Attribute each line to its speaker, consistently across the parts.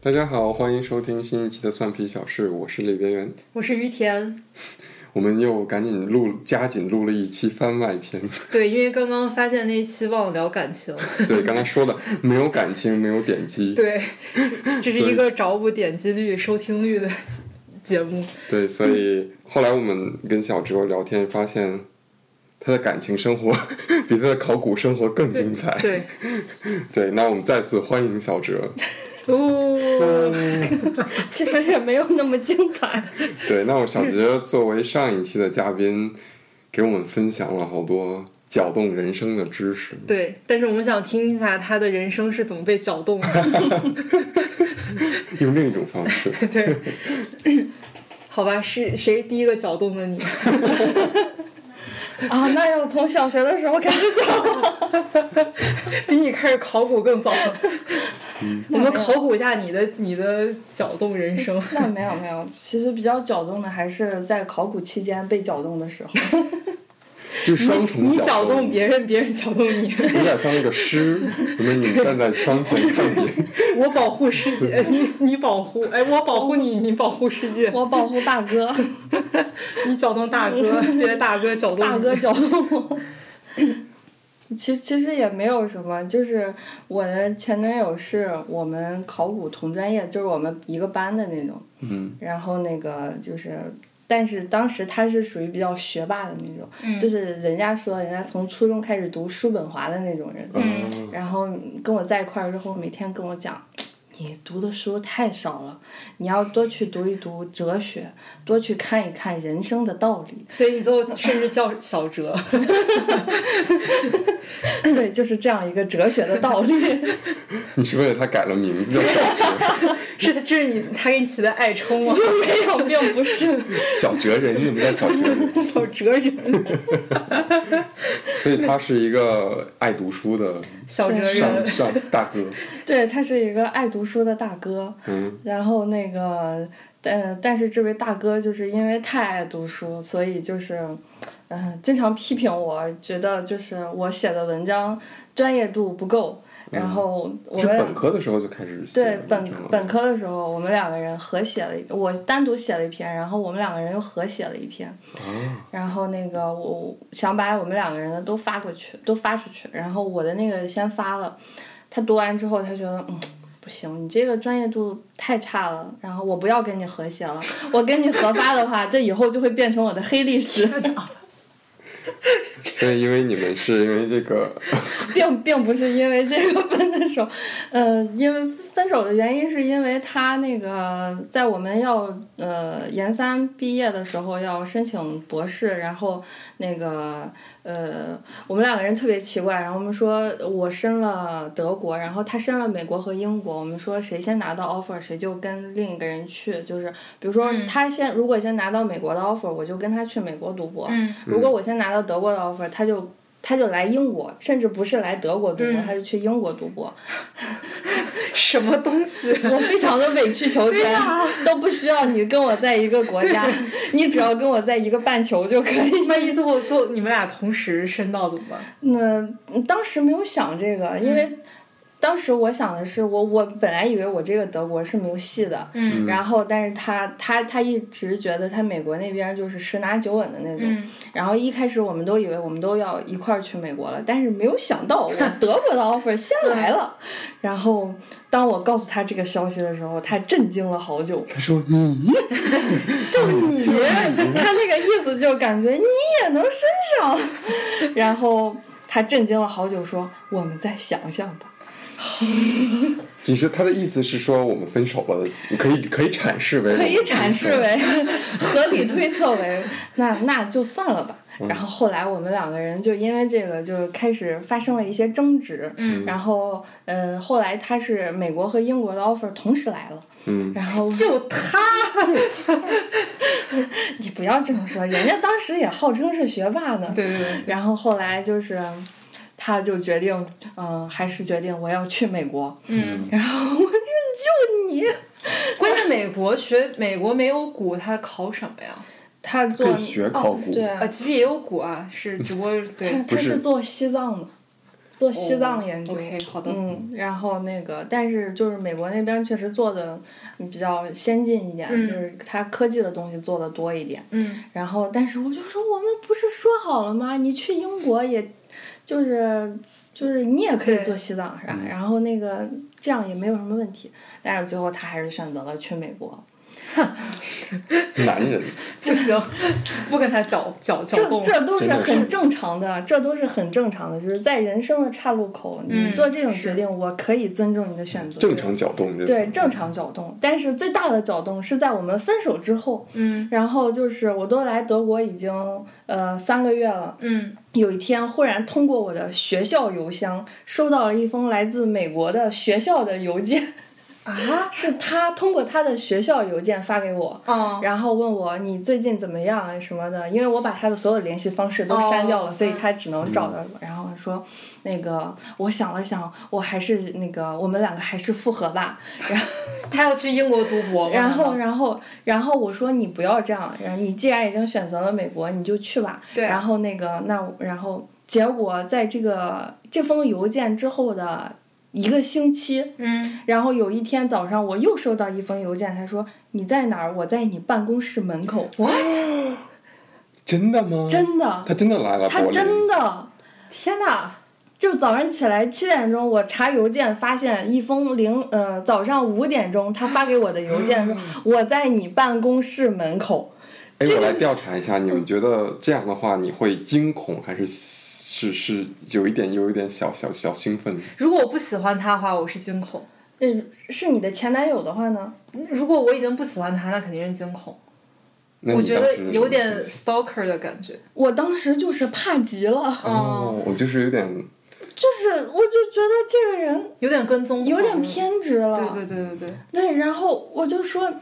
Speaker 1: 大家好，欢迎收听新一期的《蒜皮小事》，我是李边缘。
Speaker 2: 我是于田，
Speaker 1: 我们又赶紧录，加紧录了一期番外篇。
Speaker 2: 对，因为刚刚发现那一期忘了聊感情，
Speaker 1: 对，刚才说的没有感情，没有点击，
Speaker 2: 对，这是一个找补点击率、收听率的节节目，
Speaker 1: 对，所以后来我们跟小植友聊天，发现他的感情生活 比他的考古生活更精彩。
Speaker 2: 对，
Speaker 1: 对那我们再次欢迎小哲。
Speaker 2: 哦，
Speaker 3: 其实也没有那么精彩。
Speaker 1: 对，那我小哲作为上一期的嘉宾，给我们分享了好多搅动人生的知识。
Speaker 2: 对，但是我们想听一下他的人生是怎么被搅动 的，
Speaker 1: 用另一种方 式，
Speaker 2: 对，好吧，是谁第一个搅动的你？
Speaker 3: 啊，那要从小学的时候开始讲。
Speaker 2: 比你开始考古更早，我们考古一下你的你的搅动人生，
Speaker 3: 那没有没有，其实比较搅动的还是在考古期间被搅动的时候。
Speaker 1: 就双重
Speaker 2: 你
Speaker 1: 搅
Speaker 2: 搅动别人，别人搅动你，
Speaker 1: 有点像那个诗，什么你站在窗前看别 人，
Speaker 2: 我保护世界，你你保护，哎，我保护你，你保护世界。
Speaker 3: 我保护大哥，
Speaker 2: 你搅动大哥，别大哥搅动
Speaker 3: 大
Speaker 2: 你
Speaker 3: 哥搅动我。 其其实也没有什么，就是我的前男友是我们考古同专业，就是我们一个班的那种。
Speaker 1: 嗯，
Speaker 3: 然后那个就是，但是当时他是属于比较学霸的那种，就是人家说人家从初中开始读叔本华的那种人，
Speaker 1: 嗯
Speaker 3: 然后跟我在一块儿之后，每天跟我讲。你读的书太少了，你要多去读一读哲学，多去看一看人生的道理。
Speaker 2: 所以你最后甚至叫小哲，
Speaker 3: 对，就是这样一个哲学的道理。
Speaker 1: 你是为了他改了名字叫小哲，
Speaker 2: 是这是你他给你起的爱称 吗？
Speaker 3: 没有，并不是。
Speaker 1: 小哲人，你们叫小哲 人，
Speaker 2: 小哲人，
Speaker 1: 所以他是一个爱读书的
Speaker 2: 小哲
Speaker 1: 上
Speaker 2: 人，
Speaker 1: 上大哥，
Speaker 3: 对他是一个爱读书的大哥，
Speaker 1: 嗯
Speaker 3: 然后那个，但但是这位大哥就是因为太爱读书，所以就是，嗯、经常批评我，觉得就是我写的文章专业度不够，然后我
Speaker 1: 嗯是
Speaker 3: 们俩
Speaker 1: 本科的时候就开始写
Speaker 3: 对
Speaker 1: 文
Speaker 3: 本
Speaker 1: 章了
Speaker 3: 本科的时候，我们两个人合写了一，我单独写了一篇，然后我们两个人又合写了一篇，
Speaker 1: 啊，
Speaker 3: 然后那个我想把我们两个人的都发过去，都发出去。然后我的那个先发了，他读完之后，他觉得嗯不行，你这个专业度太差了，然后我不要跟你合写了，我跟你合发的话，这以后就会变成我的黑历史，
Speaker 1: 所以因为你们是因为这个，
Speaker 3: 并并不是因为这个分的手，呃，因为分手的原因是因为他那个在我们要呃研三毕业的时候要申请博士，然后那个呃我们两个人特别奇怪，然后我们说我申了德国，然后他申了美国和英国，我们说谁先拿到 offer 谁就跟另一个人去，就是比如说他先、如果先拿到美国的 offer，我就跟他去美国读博，如果我先拿到德国的 offer，他就。他就来英国，甚至不是来德国读博，他就去英国读博。
Speaker 2: 什么东西？
Speaker 3: 我非常的委曲求全，都不需要你跟我在一个国家，你只要跟我在一个半球就可以。
Speaker 2: 万一最后最后你们俩同时申到怎么办？
Speaker 3: 那当时没有想这个，因为当时我想的是，我我本来以为我这个德国是没有戏的，
Speaker 2: 嗯
Speaker 3: 然后但是他他他一直觉得他美国那边就是十拿九稳的那种，然后一开始我们都以为我们都要一块儿去美国了，但是没有想到我 德国的 offer 先来了，然后当我告诉他这个消息的时候，他震惊了好久，
Speaker 1: 他说 你
Speaker 3: 就你，他那个意思就感觉你也能升上，然后他震惊了好久，说我们再想想吧。
Speaker 1: 你说他的意思是说我们分手了，你可以可以阐释为
Speaker 3: 可以阐释为合理推测为，那那就算了吧。然后后来我们两个人就因为这个就开始发生了一些争执，然后呃后来他是美国和英国的 offer 同时来了，
Speaker 1: 嗯
Speaker 3: 然后
Speaker 2: 就他，
Speaker 3: 你不要这么说，人家当时也号称是学霸呢，
Speaker 2: 对对对，
Speaker 3: 然后后来就是，他就决定，嗯、还是决定我要去美国。嗯。然后我说就你，
Speaker 2: 关键美国学美国没有鼓，他考什么呀？
Speaker 3: 他做哦
Speaker 1: 可以学考古，
Speaker 3: 对
Speaker 2: 啊，其实也有鼓啊，是只不过对
Speaker 3: 他他
Speaker 1: 是
Speaker 3: 是做西藏的，做西藏研
Speaker 2: 哦
Speaker 3: 究。
Speaker 2: OK，好的。
Speaker 3: 嗯，然后那个，但是就是美国那边确实做的比较先进一点，
Speaker 2: 嗯
Speaker 3: 就是它科技的东西做的多一点。
Speaker 2: 嗯
Speaker 3: 然后，但是我就说，我们不是说好了吗？你去英国也，就是就是你也可以
Speaker 2: 对
Speaker 3: 做西藏是
Speaker 1: 嗯
Speaker 3: 吧？然后那个这样也没有什么问题。但是最后他还是选择了去美国。
Speaker 1: 男人，
Speaker 2: 不行，不跟他搅搅搅
Speaker 3: 这
Speaker 2: 动。
Speaker 3: 这都是
Speaker 1: 真的
Speaker 3: 很正常的，这都是很正常的，就是在人生的岔路口，
Speaker 2: 嗯
Speaker 3: 你做这种
Speaker 2: 是
Speaker 3: 决定，我可以尊重你的选择。
Speaker 1: 正常搅动这
Speaker 3: 对正常搅动，但是最大的搅动是在我们分手之后。
Speaker 2: 嗯
Speaker 3: 然后就是我都来德国已经呃三个月了，
Speaker 2: 嗯
Speaker 3: 有一天忽然通过我的学校邮箱收到了一封来自美国的学校的邮件，
Speaker 2: 啊
Speaker 3: 是他通过他的学校邮件发给我，
Speaker 2: 哦
Speaker 3: 然后问我你最近怎么样啊什么的，因为我把他的所有联系方式都删掉了，
Speaker 2: 哦
Speaker 3: 所以他只能找到我。然后我说，那个我想了想，我还是那个我们两个还是复合吧。 然后
Speaker 2: 他要去英国读博吗？
Speaker 3: 然后然后然后我说你不要这样，然后你既然已经选择了美国，你就去吧。
Speaker 2: 对
Speaker 3: 然后那个那我然后结果在这个这封邮件之后的一个星期，
Speaker 2: 嗯
Speaker 3: 然后有一天早上，我又收到一封邮件，他说你在哪儿？我在你办公室门口。what？
Speaker 1: 真的吗？
Speaker 3: 真的，
Speaker 1: 他真的来了柏
Speaker 3: 他
Speaker 1: 林，
Speaker 3: 真的。
Speaker 2: 天哪，
Speaker 3: 就早上起来七点钟，我查邮件发现一封零呃早上五点钟他发给我的邮件说
Speaker 2: 嗯
Speaker 3: 我在你办公室门口，
Speaker 1: 哎，我来调查一下，你们觉得这样的话，你会惊恐还是是是有一点有一点小小小兴奋？
Speaker 2: 如果我不喜欢他的话，我是惊恐；
Speaker 3: 嗯是你的前男友的话呢？
Speaker 2: 如果我已经不喜欢他，那肯定是惊恐。
Speaker 1: 那你
Speaker 2: 我觉
Speaker 1: 当
Speaker 2: 得
Speaker 1: 时
Speaker 2: 有点
Speaker 1: 是
Speaker 2: stalker 的感觉。
Speaker 3: 我当时就是怕极了，
Speaker 2: 嗯
Speaker 1: 哦，我就是有点
Speaker 3: 就是我就觉得这个人
Speaker 2: 有点跟踪，
Speaker 3: 有点。偏执了，
Speaker 2: 对对对对对，
Speaker 3: 对，然后我就说，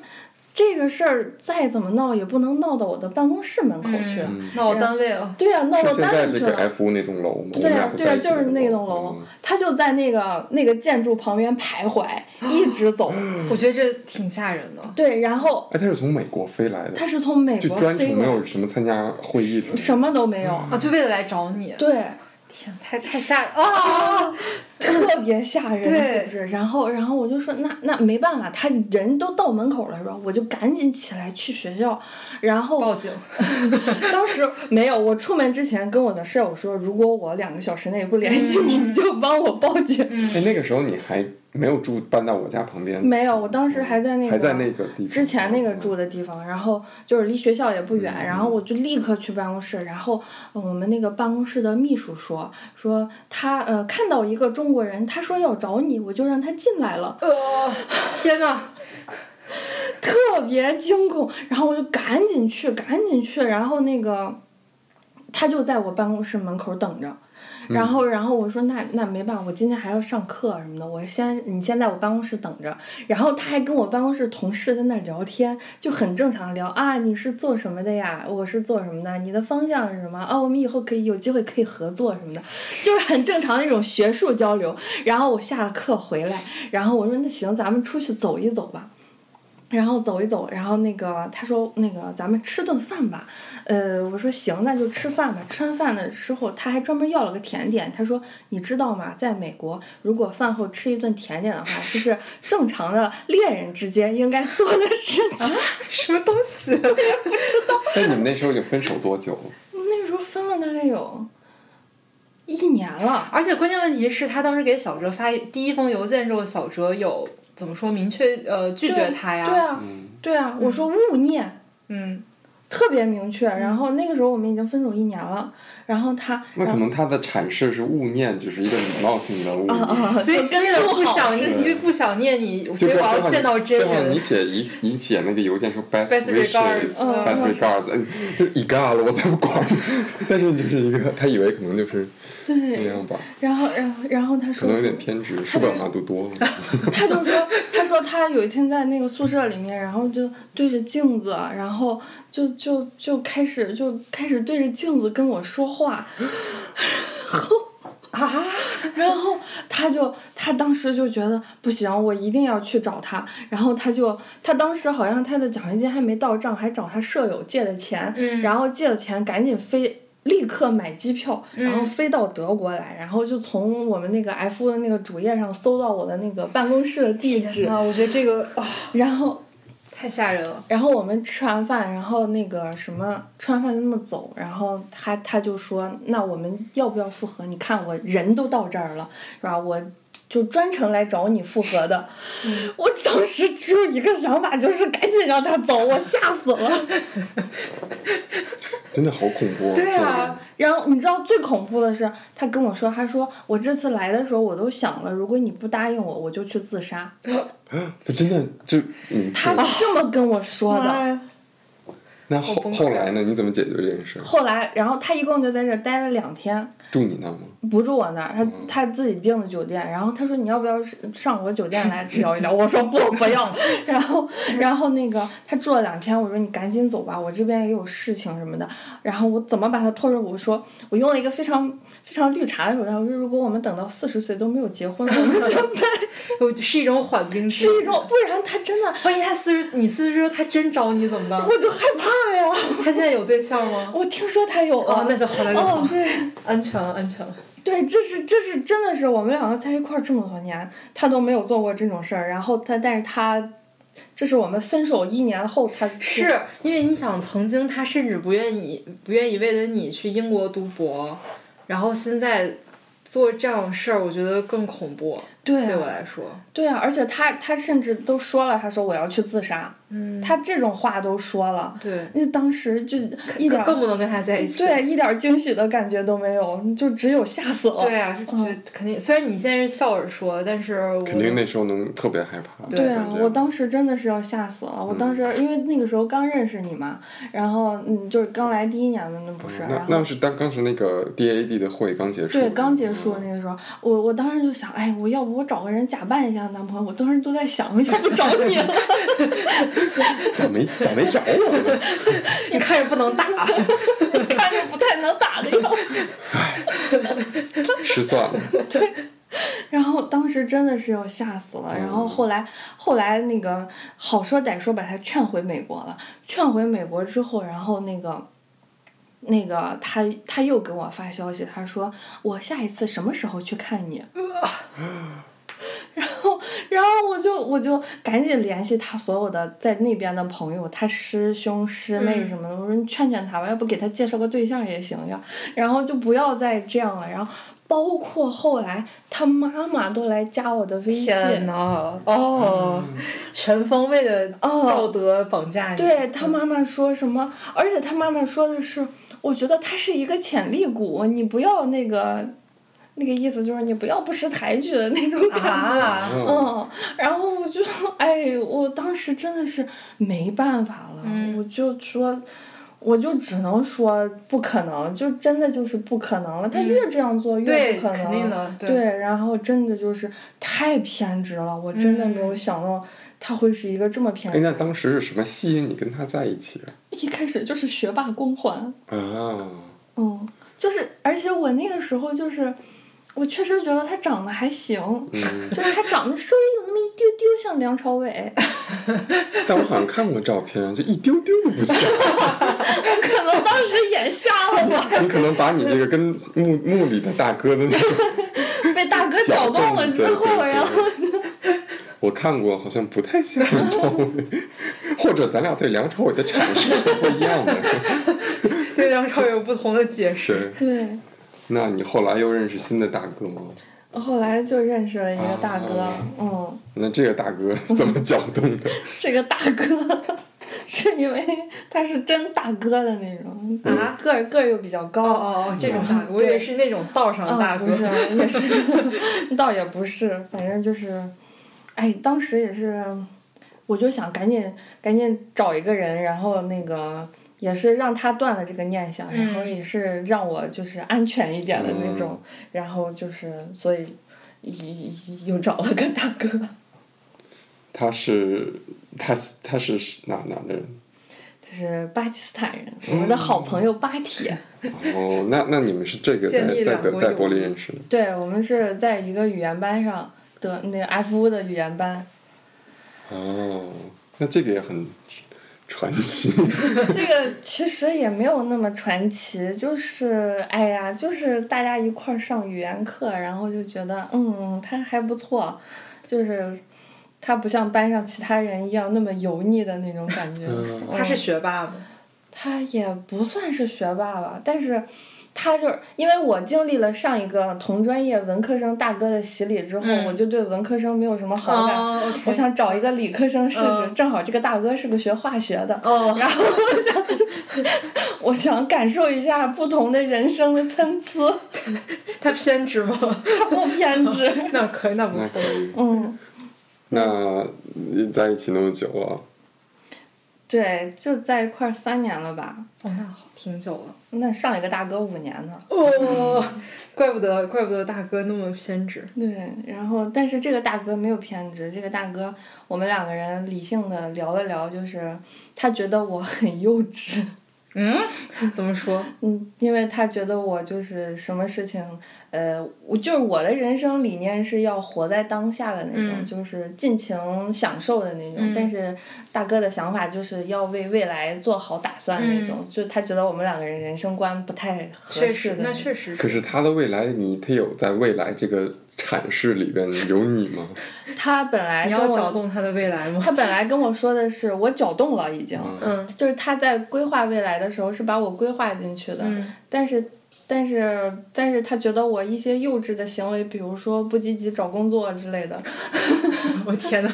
Speaker 3: 这个事儿再怎么闹也不能闹到我的办公室门口
Speaker 2: 嗯
Speaker 3: 去。嗯
Speaker 1: 嗯
Speaker 2: 那我单位啊，
Speaker 3: 对呀、闹
Speaker 1: 是
Speaker 3: 到
Speaker 1: 现
Speaker 3: 单
Speaker 1: 在
Speaker 3: 位
Speaker 1: 这
Speaker 3: 去
Speaker 1: 个
Speaker 3: 了。
Speaker 1: F 那栋楼吗？我
Speaker 3: 对
Speaker 1: 们
Speaker 3: 呀、
Speaker 1: 俩都
Speaker 3: 对呀、
Speaker 1: 在一起
Speaker 3: 就是那
Speaker 1: 栋
Speaker 3: 栋楼
Speaker 1: 嗯，
Speaker 3: 他就在那个那个建筑旁边徘徊，
Speaker 2: 啊
Speaker 3: 一直走。
Speaker 2: 我觉得这挺吓人的。
Speaker 3: 对，然后
Speaker 1: 哎，他是从美国飞来的
Speaker 3: 他，是从美
Speaker 1: 就
Speaker 3: 国
Speaker 1: 专
Speaker 3: 飞
Speaker 1: 程没
Speaker 3: 过
Speaker 1: 有什么参加会议什么
Speaker 3: 来，
Speaker 1: 的。
Speaker 3: 什么都没有。
Speaker 2: 啊，就为了来找你，
Speaker 3: 对，
Speaker 2: 天，太太吓 人啊！
Speaker 3: 特别吓人，
Speaker 2: 对
Speaker 3: 是不是？然后，然后我就说，那那没办法，他人都到门口了，是吧？我就赶紧起来去学校，然后
Speaker 2: 报警，
Speaker 3: 当时没有，我出门之前跟我的舍友说，如果我两个小时内不联系你，
Speaker 2: 嗯
Speaker 3: 你就帮我报警。
Speaker 1: 哎，那个时候你还没有住搬到我家旁边，
Speaker 3: 没有，我当时还在那个
Speaker 1: 还在那个地方嗯
Speaker 3: 之前那个住的地方，然后就是离学校也不远，然后我就立刻去办公室，然后呃我们那个办公室的秘书说说他呃看到一个中国人，他说要找你，我就让他进来了。
Speaker 2: 呃，天哪，
Speaker 3: 特别惊恐，然后我就赶紧去，赶紧去，然后那个他就在我办公室门口等着。然后，然后我说那那没办法，我今天还要上课什么的，我先你先在我办公室等着。然后他还跟我办公室同事在那聊天，就很正常聊啊，你是做什么的呀？我是做什么的？你的方向是什么？啊，我们以后可以有机会可以合作什么的，就是很正常的那种学术交流。然后我下了课回来，然后我说那行，咱们出去走一走吧。然后走一走，然后那个他说那个咱们吃顿饭吧，呃，我说行，那就吃饭吧。吃完饭的时候，他还专门要了个甜点，他说你知道吗？在美国，如果饭后吃一顿甜点的话，就是正常的恋人之间应该做的事情。
Speaker 1: 啊
Speaker 2: 什么东西？
Speaker 1: 但你们那时候已经分手多久了？ 嗯
Speaker 3: 那个时候分了大概有一年了，
Speaker 2: 而且关键问题是他当时给小哲发第一封邮件之后，小哲有怎么说明确呃拒绝他呀？
Speaker 3: 对啊，
Speaker 1: 嗯
Speaker 3: 对啊，我说勿念。
Speaker 2: 嗯，
Speaker 3: 特别明确，
Speaker 1: 嗯
Speaker 3: 然后那个时候我们已经分手一年了，然后他，
Speaker 1: 那
Speaker 3: 然
Speaker 1: 可
Speaker 3: 后
Speaker 1: 能他的阐释是勿念，只是一个礼貌性 的勿
Speaker 3: 啊
Speaker 1: 念。
Speaker 2: 所以
Speaker 3: 就跟
Speaker 2: 为了
Speaker 3: 住
Speaker 2: 不
Speaker 3: 好
Speaker 2: 想
Speaker 1: 是
Speaker 2: 念，因为不想念你，所
Speaker 1: 就
Speaker 2: 以
Speaker 1: 跟
Speaker 2: 我
Speaker 1: 正好
Speaker 2: 要
Speaker 1: 你
Speaker 2: 见到真
Speaker 1: 正好你
Speaker 2: 人。
Speaker 1: 写一你写那个邮件说 best
Speaker 2: Best regards，嗯
Speaker 1: wishes，best regards，嗯就是一嘎了，我才不管。 但是就是一个，他以为可能就是那
Speaker 3: 对，
Speaker 1: 样吧，
Speaker 3: 然后然后然后他
Speaker 1: 可
Speaker 3: 说
Speaker 1: 能有点偏执，书本上读多了。
Speaker 3: 他就说，他说他有一天在那个宿舍里面，然后就对着镜子，然后就就就开始就开始对着镜子跟我说话，然后啊，然后他就他当时就觉得不行，我一定要去找他，然后他就他当时好像他的奖学金还没到账，还找他舍友借的钱，然后借了钱赶紧飞。立立刻买机票，然后飞到德国来，然后就从我们那个 F 的那个主页上搜到我的那个办公室的地址，
Speaker 2: 啊，我觉得这个啊、
Speaker 3: 然后
Speaker 2: 太吓人了。
Speaker 3: 然后我们吃完饭，然后那个什么吃完饭就那么走，然后他他就说，那我们要不要复合？你看我人都到这儿了，是吧？我就专程来找你复合的。我当时只有一个想法，就是赶紧让他走，我吓死了。
Speaker 1: 真的好恐怖、啊。
Speaker 3: 对
Speaker 1: 这
Speaker 3: 啊
Speaker 1: 个，
Speaker 3: 然后你知道最恐怖的是，他跟我说，他说我这次来的时候我都想了，如果你不答应我，我就去自杀。
Speaker 1: 他真的就你
Speaker 3: 他这么跟我说 的。
Speaker 2: 妈呀
Speaker 1: 那后
Speaker 2: 崩溃
Speaker 1: 后来呢？你怎么解决这件事？
Speaker 3: 后来，然后他一共就在这待了两天，
Speaker 1: 住你那
Speaker 2: 嗯
Speaker 1: 吗？
Speaker 3: 不住我那儿，他他自己订的酒店，然后他说你要不要是上我酒店来聊一聊，我说不不要， 然后然后那个他住了两天，我说你赶紧走吧，我这边也有事情什么的，然后我怎么把他拖住？我说我用了一个非常非常绿茶的手段，我说如果我们等到四十岁都没有结婚，我们就 在
Speaker 2: 我就是一种缓兵之
Speaker 3: 是一
Speaker 2: 计
Speaker 3: 种，不然他真的
Speaker 2: 万一他四十，你四十岁他真找你怎么办？
Speaker 3: 我就害怕呀，
Speaker 2: 他 现在有对象吗？
Speaker 3: 我听说他有了，
Speaker 2: 哦，那就好了，
Speaker 3: 哦对。
Speaker 2: 安全了，安全了。
Speaker 3: 对，这是这是真的是我们两个在一块儿这么多年，他都没有做过这种事儿。然后他，但是他，这是我们分手一年后，他
Speaker 2: 是因为你想，曾经他甚至不愿意不愿意为了你去英国读博，然后现在做这样的事儿，我觉得更恐怖。
Speaker 3: 对
Speaker 2: 对我
Speaker 3: 啊，
Speaker 2: 来说，
Speaker 3: 对啊，而且他他甚至都说了，他说我要去自杀，
Speaker 2: 嗯，
Speaker 3: 他这种话都说了，
Speaker 2: 对，
Speaker 3: 那当时就一点
Speaker 2: 更
Speaker 3: 儿
Speaker 2: 更不能跟他在一起。
Speaker 3: 对啊一点儿惊喜的感觉都没有，就只有吓死了。
Speaker 2: 对啊，是
Speaker 3: 嗯
Speaker 2: 肯定。虽然你现在是笑着说，但是我
Speaker 1: 肯定那时候能特别害怕。
Speaker 2: 对嗯
Speaker 3: 对啊，
Speaker 1: 感觉
Speaker 3: 我当时真的是要吓死了。我当时、因为那个时候刚认识你嘛，然后嗯，就是刚来第一年嘛，那不是，
Speaker 1: 嗯
Speaker 3: 然
Speaker 1: 那
Speaker 2: 啊
Speaker 3: 后
Speaker 1: 那是当当时那个 DAD 的会刚结束。
Speaker 3: 对，刚结束那个时候，我我当时就想，哎，我要不我找个人假扮一下男朋友？我当时都在想， 要不找你了。
Speaker 1: 咋没咋没找我呢？
Speaker 2: 你看着不 能打，
Speaker 3: 看着不太能打的样子。
Speaker 1: 失算了。
Speaker 3: 然后当时真的是要吓死了，然后后来后来那个好说歹说把他劝回美国了，劝回美国之后，然后那个。那个他他又给我发消息，他说我下一次什么时候去看你？ 然后然后我就我就赶紧联系他所有的在那边的朋友，他师兄师妹什么的，我说你劝劝他吧，要不给他介绍个对象也行呀。然后就不要再这样了。然后包括后来他妈妈都来加我的微信，
Speaker 2: 天呐，哦，
Speaker 1: 嗯
Speaker 2: 全方位的
Speaker 3: 嗯哦
Speaker 2: 道德绑架你。啊
Speaker 3: 对他妈妈说什么，而且他妈妈说的是，我觉得他是一个潜力股，你不要那个，那个意思就是你不要不识抬举的那种感 觉。
Speaker 2: 啊，
Speaker 3: 嗯，然后我就，哎，我当时真的是没办法了，
Speaker 2: 嗯
Speaker 3: 我就说，我就只能说不可能，就真的就是不可能了。他越这样做越
Speaker 2: 嗯对，
Speaker 3: 不可能，
Speaker 2: 肯定的，
Speaker 3: 对，然后真的就是太偏执了，我真的没
Speaker 2: 嗯
Speaker 3: 有想到他会是一个这么偏
Speaker 1: 哎，
Speaker 3: 执。
Speaker 1: 那当时是什么吸引你跟他在一起啊？
Speaker 3: 一开始就是学霸光环，
Speaker 1: 啊，
Speaker 3: 嗯，就是而且我那个时候就是，我确实觉得他长得还行，
Speaker 1: 嗯，
Speaker 3: 就是他长得稍微有那么一丢丢像梁朝伟，
Speaker 1: 但我好像看过照片，啊就一丢丢都不 像。
Speaker 3: 可能当时眼瞎了吧，
Speaker 1: 你可能把你这个跟墓墓里的大哥的那个，
Speaker 3: 被大哥搅动了之
Speaker 1: 搅动对对
Speaker 3: 后，
Speaker 1: 对
Speaker 3: 然后
Speaker 1: 我看过，好像不太像梁朝伟，或者咱俩对梁朝伟的阐释是不一样 的。
Speaker 2: 对梁朝伟有不同的解释。
Speaker 1: 对，
Speaker 3: 对。
Speaker 1: 那你后来又认识新的大哥吗？
Speaker 3: 后来就认识了一个大哥，
Speaker 1: 啊
Speaker 3: 嗯，
Speaker 1: 那这个大哥怎么搅动的？
Speaker 3: 这个大哥是因为他是真大哥的那种，
Speaker 1: 嗯
Speaker 2: 啊
Speaker 3: 个儿个儿又比较高，
Speaker 2: 哦哦哦，这种大 哦哥，我以为是那种道上的大哥
Speaker 3: 啊、不。是，也是，倒也不是，反正就是，哎，当时也是，我就想赶紧赶紧找一个人，然后那个也是让他断了这个念想，然后
Speaker 2: 嗯
Speaker 3: 也是让我就是安全一点的那种，然后就是所以。又又找了个大哥，
Speaker 1: 他是他是他是哪哪的人？
Speaker 3: 他是巴基斯坦人，我们的好朋友巴铁。
Speaker 1: 哦，那那你们是这个在
Speaker 2: 建立
Speaker 1: 在
Speaker 2: 两
Speaker 1: 德
Speaker 2: 国
Speaker 1: 在
Speaker 2: 友
Speaker 1: 柏林
Speaker 2: 谊
Speaker 1: 认识的？
Speaker 3: 对我们是在一个语言班上的那个 F 的语言班，
Speaker 1: 哦，那这个也很传奇，
Speaker 3: 这个其实也没有那么传奇，就是哎呀，就是大家一块儿上语言课，然后就觉得嗯，他还不错，就是他不像班上其他人一样那么油腻的那种感觉。
Speaker 1: 嗯
Speaker 2: 他是学霸吗？
Speaker 3: 他也不算是学霸吧，但是他就是因为我经历了上一个同专业文科生大哥的洗礼之后，
Speaker 2: 嗯
Speaker 3: 我就对文科生没有什么好感。
Speaker 2: 哦，OK
Speaker 3: 我想找一个理科生试试，
Speaker 2: 嗯
Speaker 3: 正好这个大哥是个学化学的，
Speaker 2: 哦
Speaker 3: 然后我想，我想感受一下不同的人生的参差，
Speaker 2: 他偏执吗？
Speaker 3: 他不偏执。
Speaker 2: 那可以，那不
Speaker 1: 那
Speaker 2: 错
Speaker 1: 可。以。
Speaker 3: 嗯，
Speaker 1: 那你在一起那么久啊了，
Speaker 3: 对，就在一块儿三年了吧？
Speaker 2: 哦，那好，挺久了。
Speaker 3: 那上一个大哥五年呢。
Speaker 2: 哦，怪不得，怪不得大哥那么偏执。
Speaker 3: 对，然后但是这个大哥没有偏执，这个大哥我们两个人理性的聊了聊，就是他觉得我很幼稚，
Speaker 2: 嗯？ 怎么说？
Speaker 3: 嗯，因为他觉得我就是什么事情，呃，我就是我的人生理念是要活在当下的那种，
Speaker 2: 嗯
Speaker 3: 就是尽情享受的那种。
Speaker 2: 嗯
Speaker 3: 但是大哥的想法就是要为未来做好打算那种，就他觉得我们两个人人生观不太
Speaker 2: 嗯
Speaker 3: 合
Speaker 2: 确
Speaker 3: 适
Speaker 2: 实
Speaker 3: 的，
Speaker 2: 那
Speaker 3: 种
Speaker 2: 确实
Speaker 1: 可是他的未来，你他有在未来这个阐释里边有你吗？
Speaker 3: 他本来
Speaker 2: 你
Speaker 3: 跟
Speaker 2: 要搅
Speaker 3: 我。
Speaker 2: 动他的未来吗？
Speaker 3: 他本来跟我说的是我搅动了已经，
Speaker 2: 嗯
Speaker 3: 就是他在规划未来的时候是把我规划进去的，
Speaker 2: 嗯
Speaker 3: 但是但是但是他觉得我一些幼稚的行为，比如说不积极找工作之类的，
Speaker 2: 我天呐，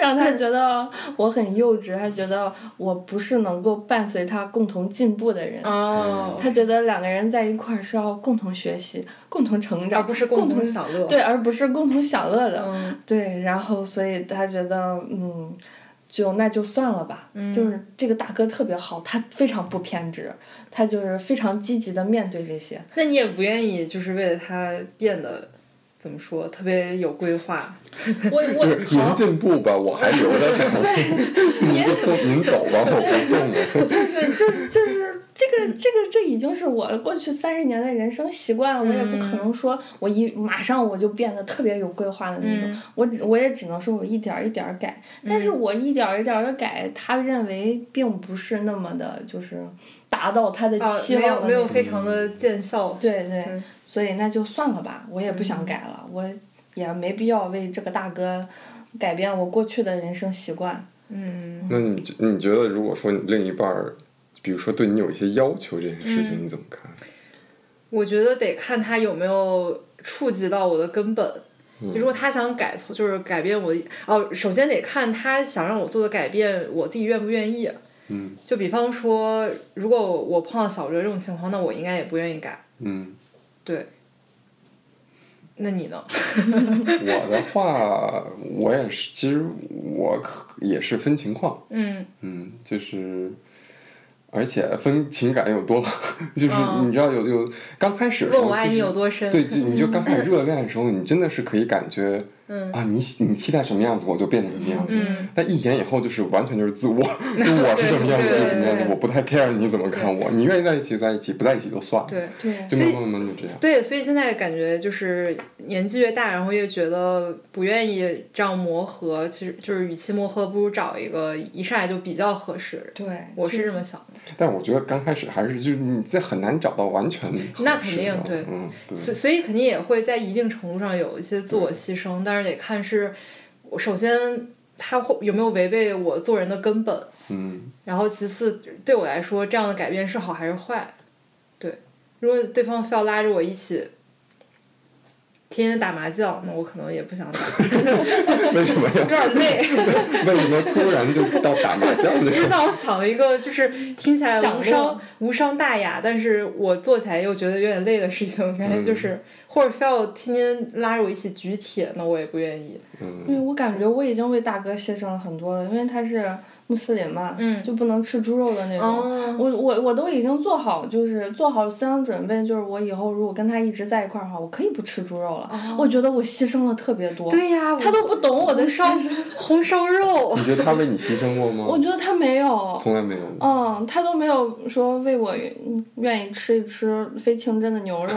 Speaker 3: 让他觉得我很幼稚，他觉得我不是能够伴随他共同进步的人。
Speaker 2: 哦，
Speaker 3: 他觉得两个人在一块儿是要共同学习、共同成长，
Speaker 2: 而不是
Speaker 3: 共
Speaker 2: 共同享乐。
Speaker 3: 对，而不是共同享乐的。
Speaker 2: 嗯，
Speaker 3: 对，然后所以他觉得，嗯，就那就算了吧。
Speaker 2: 嗯
Speaker 3: 就是这个大哥特别好，他非常不偏执，他就是非常积极的面对这些。
Speaker 2: 那你也不愿意就是为了他变得怎么说特别有规划？
Speaker 3: 我
Speaker 1: 就是
Speaker 3: 我
Speaker 1: 您
Speaker 3: 好，
Speaker 1: 进步吧，我还留在这儿， 您就送您走吧，我不送了。
Speaker 3: 就是就是就是这个这个这已经是我过去三十年的人生习惯了，我也不
Speaker 2: 嗯
Speaker 3: 可能说我一马上我就变得特别有规划的那种。
Speaker 2: 嗯
Speaker 3: 我只我也只能说我一点儿一点儿改，但是我一点儿一点儿的改，他认为并不是那么的，就是达到他的
Speaker 2: 啊，
Speaker 3: 期
Speaker 2: 没
Speaker 3: 望
Speaker 2: 有
Speaker 3: 的
Speaker 2: 没
Speaker 3: 那
Speaker 2: 有
Speaker 3: 种。嗯
Speaker 2: 非常的见效。
Speaker 3: 对对，
Speaker 2: 嗯
Speaker 3: 所以那就算了吧，我也不想改了，我也没必要为这个大哥改变我过去的人生习惯。
Speaker 2: 嗯，
Speaker 1: 那你觉你觉得，如果说你另一半儿，比如说对你有一些要求这件事情，你怎么看？
Speaker 2: 我觉得得看他有没有触及到我的根本。
Speaker 1: 嗯
Speaker 2: 就如果他想改错，就是改变我的哦，首先得看他想让我做的改变，我自己愿不愿意。
Speaker 1: 嗯
Speaker 2: 就比方说，如果我碰到小哲这种情况，那我应该也不愿意改。
Speaker 1: 嗯，
Speaker 2: 对，那你呢？
Speaker 1: 我的话，我也是，其实我可也是分情况，
Speaker 2: 嗯
Speaker 1: 嗯，就是，而且分情感有多， 就是
Speaker 2: 嗯
Speaker 1: 你知道有有刚开始的时
Speaker 2: 问
Speaker 1: 候
Speaker 2: 我爱
Speaker 1: 其
Speaker 2: 你
Speaker 1: 实
Speaker 2: 有多深
Speaker 1: 对，就你就刚开始热恋的时候，你真的是可以感觉
Speaker 2: 嗯
Speaker 1: 啊，你喜你期待什么样子，我就变成什么样子。
Speaker 2: 嗯
Speaker 1: 但一年以后，就是完全就是自 我，我是什么样子
Speaker 2: 对
Speaker 1: 就是什么样子
Speaker 2: 对，对
Speaker 1: 我不太 care 你怎么看我，你愿意在一起就在一起，不在一起就算了。
Speaker 2: 对。
Speaker 3: 对
Speaker 1: 就慢慢慢慢就这样。
Speaker 2: 对，所以现在感觉就是年纪越大，然后越觉得不愿意这样磨合，其实就是与其磨合，不如找一个一上来就比较合适的人。
Speaker 3: 对，
Speaker 2: 我是这么想的。
Speaker 1: 但我觉得刚开始还是就是你这很难找到完全
Speaker 2: 那
Speaker 1: 合
Speaker 2: 肯
Speaker 1: 适
Speaker 2: 定
Speaker 1: 的
Speaker 2: 对
Speaker 1: 嗯，对，
Speaker 2: 所所以肯定也会在一定程度上有一些自我牺牲，但是得看是，我首先他会有没有违背我做人的根本，
Speaker 1: 嗯，
Speaker 2: 然后其次对我来说这样的改变是好还是坏，对，如果对方非要拉着我一起。天天打麻将，那我可能也不想打，
Speaker 1: 为什么要
Speaker 2: 有点累。
Speaker 1: 为什么突然就到打麻将这
Speaker 2: 不知
Speaker 1: 个？
Speaker 2: 道，我想了一个就是听起来无
Speaker 3: 享乐
Speaker 2: 伤无伤大雅，但是我做起来又觉得有点累的事情，感觉就是、或者非要天天拉着我一起举铁，那我也不愿意。
Speaker 3: 因为嗯我感觉我已经为大哥牺牲了很多了，因为他是穆斯林嘛，
Speaker 2: 嗯
Speaker 3: 就不能吃猪肉的那种。
Speaker 2: 哦
Speaker 3: 我我我都已经做好，就是做好思想准备，就是我以后如果跟他一直在一块儿的话，我可以不吃猪肉了。我觉得我牺牲了特别多，
Speaker 2: 对呀、
Speaker 3: 他都不懂我的牺
Speaker 2: 烧
Speaker 3: 牲。
Speaker 2: 红烧肉。
Speaker 1: 你觉得他为你牺牲过吗？
Speaker 3: 我觉得他没有，
Speaker 1: 从来没有。
Speaker 3: 嗯，他都没有说为我愿意吃一吃非清真的牛肉。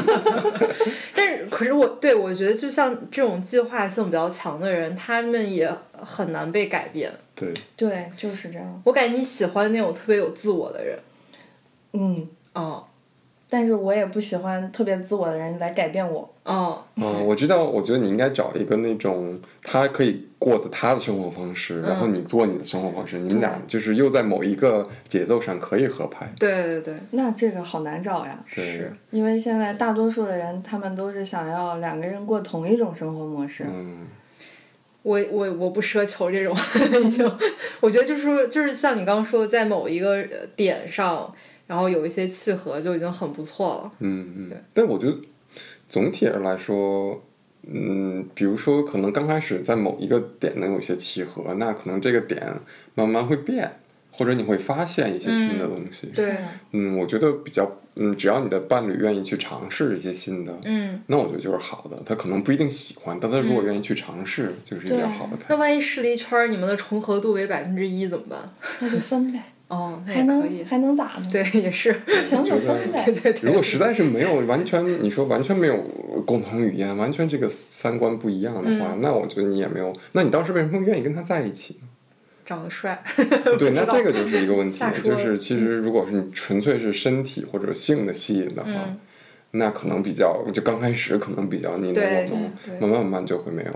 Speaker 2: 但是，可是我对我觉得，就像这种计划性比较强的人，他们也很难被改变。
Speaker 1: 对，
Speaker 3: 对，就是这样。
Speaker 2: 我感觉你喜欢那种特别有自我的人。
Speaker 3: 嗯，
Speaker 2: 哦
Speaker 3: 但是我也不喜欢特别自我的人来改变我。
Speaker 2: 哦，
Speaker 1: 嗯，我知道，我觉得你应该找一个那种他可以过的他的生活方
Speaker 3: 嗯
Speaker 1: 式，然后你做你的生活方式，你们俩就是又在某一个节奏上可以合拍。
Speaker 2: 对对对，
Speaker 3: 那这个好难找呀，
Speaker 1: 对，
Speaker 3: 因为现在大多数的人他们都是想要两个人过同一种生活模式。
Speaker 1: 嗯，
Speaker 2: 我我我不奢求这种，已经，我觉得就是就是像你刚刚说的，在某一个呃点上，然后有一些契合就已经很不错了。
Speaker 1: 嗯嗯，但我觉得总体而来说，嗯，比如说可能刚开始在某一个点能有些契合，那可能这个点慢慢会变，或者你会发现一些新的
Speaker 3: 嗯
Speaker 1: 东西。
Speaker 2: 对
Speaker 3: 是啊
Speaker 1: 嗯，我觉得比较，嗯，只要你的伴侣愿意去尝试一些新的，
Speaker 2: 嗯，
Speaker 1: 那我觉得就是好的。他可能不一定喜欢，但他如果愿意去尝试，就是一件好的
Speaker 2: 那
Speaker 1: 开始。
Speaker 2: 万一试了一圈儿，你们的重合度为百分之一怎么办？
Speaker 3: 那就分呗，
Speaker 2: 哦，那
Speaker 3: 还
Speaker 2: 也可以
Speaker 3: 能。还能咋呢？
Speaker 2: 对，也是。
Speaker 3: 行就分呗。
Speaker 2: 对
Speaker 1: 如
Speaker 2: 对。
Speaker 1: 果实在是没有完全，你说完全没有共同语言，完全这个三观不一样的
Speaker 2: 嗯
Speaker 1: 话，那我觉得你也没有。那你当时为什么愿意跟他在一起呢？
Speaker 2: 长得帅，
Speaker 1: 对，那这个就是一个问题
Speaker 2: 瞎，说嗯
Speaker 1: 就是其实如果是你纯粹是身体或者性的吸引的话，
Speaker 2: 嗯
Speaker 1: 那可能比较就刚开始可能比较你侬我
Speaker 2: 对
Speaker 1: 侬，
Speaker 2: 嗯对
Speaker 1: 慢慢慢慢就会没有，